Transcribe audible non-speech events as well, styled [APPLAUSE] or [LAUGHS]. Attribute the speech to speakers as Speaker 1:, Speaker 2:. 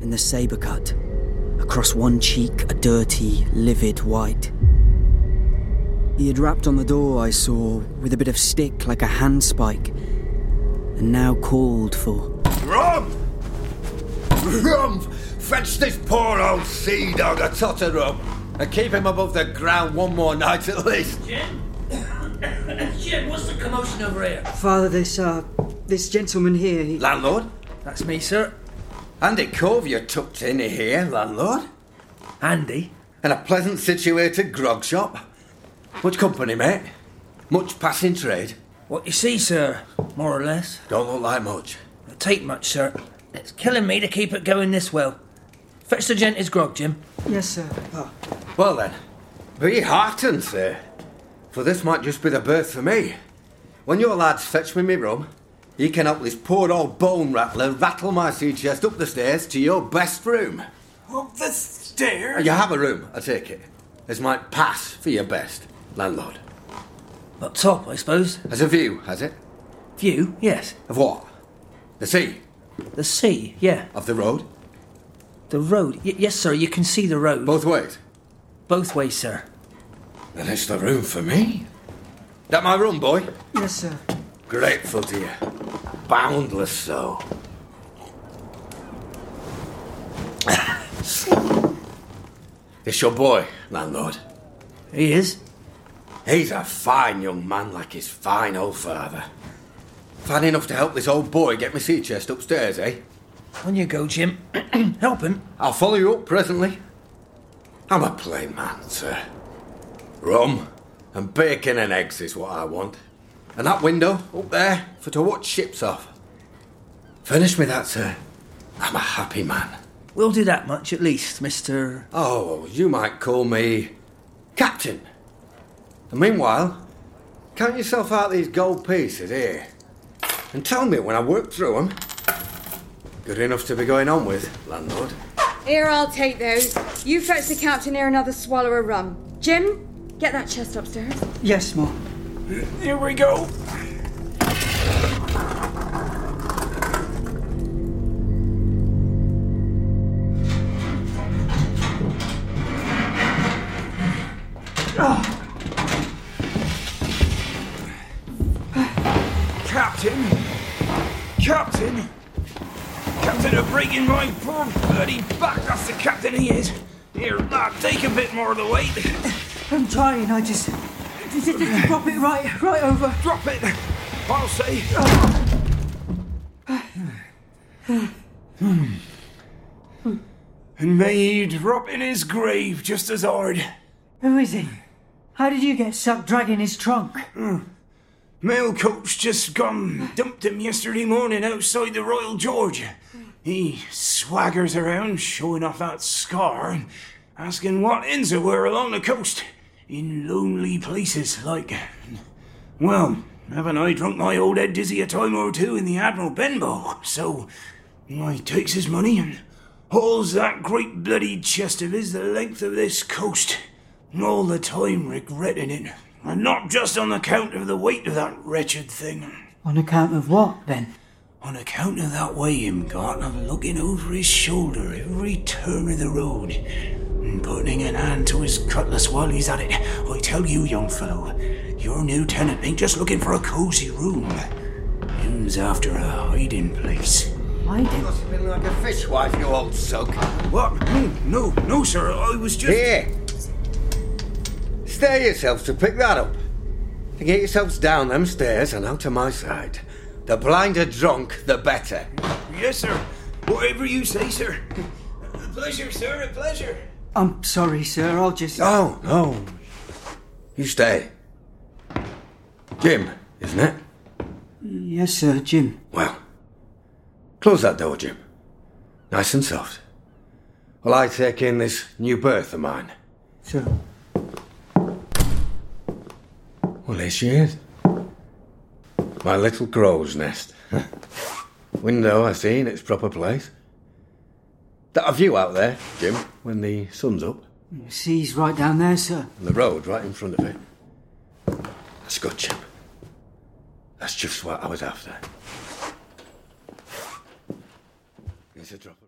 Speaker 1: in the saber cut. Across one cheek, a dirty, livid white. He had rapped on the door, I saw, with a bit of stick like a handspike, and now called for.
Speaker 2: Rum! Rum! Fetch this poor old sea dog a tot of rum and keep him above the ground one more night at least.
Speaker 3: Jim? [COUGHS] Jim, what's the commotion over here?
Speaker 4: Father, this, uh, this gentleman here, he.
Speaker 2: Landlord?
Speaker 3: That's me, sir.
Speaker 2: Andy Cove, you're tucked in here, landlord.
Speaker 3: Andy?
Speaker 2: In a pleasant situated grog shop. Much company, mate. Much passing trade.
Speaker 3: What you see, sir, more or less.
Speaker 2: Don't look like much.
Speaker 3: It'll take much, sir. It's killing me to keep it going this well. Fetch the gent his grog, Jim.
Speaker 4: Yes, sir. Ah,
Speaker 2: Well then, be heartened, sir, for this might just be the birth for me. When your lads fetch me me rum, you can help this poor old bone rattler rattle my sea chest up the stairs to your best room.
Speaker 5: Up the stairs?
Speaker 2: You have a room, I take it. This might pass for your best, landlord.
Speaker 3: Up top, I suppose.
Speaker 2: Has a view, has it?
Speaker 3: View, yes.
Speaker 2: Of what? The sea?
Speaker 3: The sea, yeah.
Speaker 2: Of the road?
Speaker 3: The road. Y- yes, sir, you can see the road.
Speaker 2: Both ways?
Speaker 3: Both ways, sir.
Speaker 2: Then it's the room for me. That my room, boy?
Speaker 4: yes, sir.
Speaker 2: Grateful to you. Boundless so. [LAUGHS] it's your boy, landlord.
Speaker 3: He is.
Speaker 2: He's a fine young man, like his fine old father. Fine enough to help this old boy get my sea chest upstairs, eh?
Speaker 3: On you go, Jim. [CLEARS THROAT] Help him.
Speaker 2: I'll follow you up presently. I'm a plain man, sir. Rum and bacon and eggs is what I want. And that window up there for to watch ships off. Furnish me that, sir. I'm a happy man.
Speaker 3: We'll do that much, at least, Mr.
Speaker 2: Oh, you might call me Captain. And meanwhile, count yourself out these gold pieces here. And tell me when I work through 'em. Good enough to be going on with, landlord.
Speaker 6: Here, I'll take those. You fetch the captain here another swallow of rum. Jim, get that chest upstairs.
Speaker 4: Yes, Mom.
Speaker 5: Here we go. Captain! Captain! Captain are breaking my poor bloody back! That's the captain he is! Here, lad, take a bit more of the weight.
Speaker 4: I'm trying, I just. Did it did drop it right, right over?
Speaker 5: Drop it! I'll [SIGHS] say. Hmm. and may he drop in his grave just as hard.
Speaker 4: Who is he? How did you get stuck dragging his trunk?
Speaker 5: Mail coach just gone dumped him yesterday morning outside the Royal George. He swaggers around, showing off that scar and asking what inns there were along the coast in lonely places like. Well, haven't I drunk my old head dizzy a time or two in the Admiral Benbow? So, I takes his money and hauls that great bloody chest of his the length of this coast, all the time regretting it, and not just on account of the weight of that wretched thing.
Speaker 4: On account of what, then?
Speaker 5: On account of that way him got of looking over his shoulder every turn of the road, and putting an hand to his cutlass while he's at it, I tell you, young fellow, your new tenant ain't just looking for a cozy room. Him's after a hiding place.
Speaker 4: I did.
Speaker 2: Must have been like a fishwife, you old soak.
Speaker 5: What? No, no, sir. I was just.
Speaker 2: Here. Stay yourselves to pick that up. And get yourselves down them stairs and out to my side. The blinder drunk, the better.
Speaker 5: Yes, sir. Whatever you say, sir. A pleasure, sir. A pleasure.
Speaker 4: I'm sorry, sir. I'll just.
Speaker 2: No, no. You stay. Jim, isn't it?
Speaker 4: Yes, sir, Jim.
Speaker 2: Well, close that door, Jim. Nice and soft. While I take in this new berth of mine.
Speaker 4: Sir.
Speaker 2: Well, here she is. My little crow's nest. Window, I see, in its proper place. That a view out there, Jim, when the sun's up,
Speaker 4: Sea's right down there, sir.
Speaker 2: and the road right in front of it. That's good, Jim. That's just what I was after. It's a drop.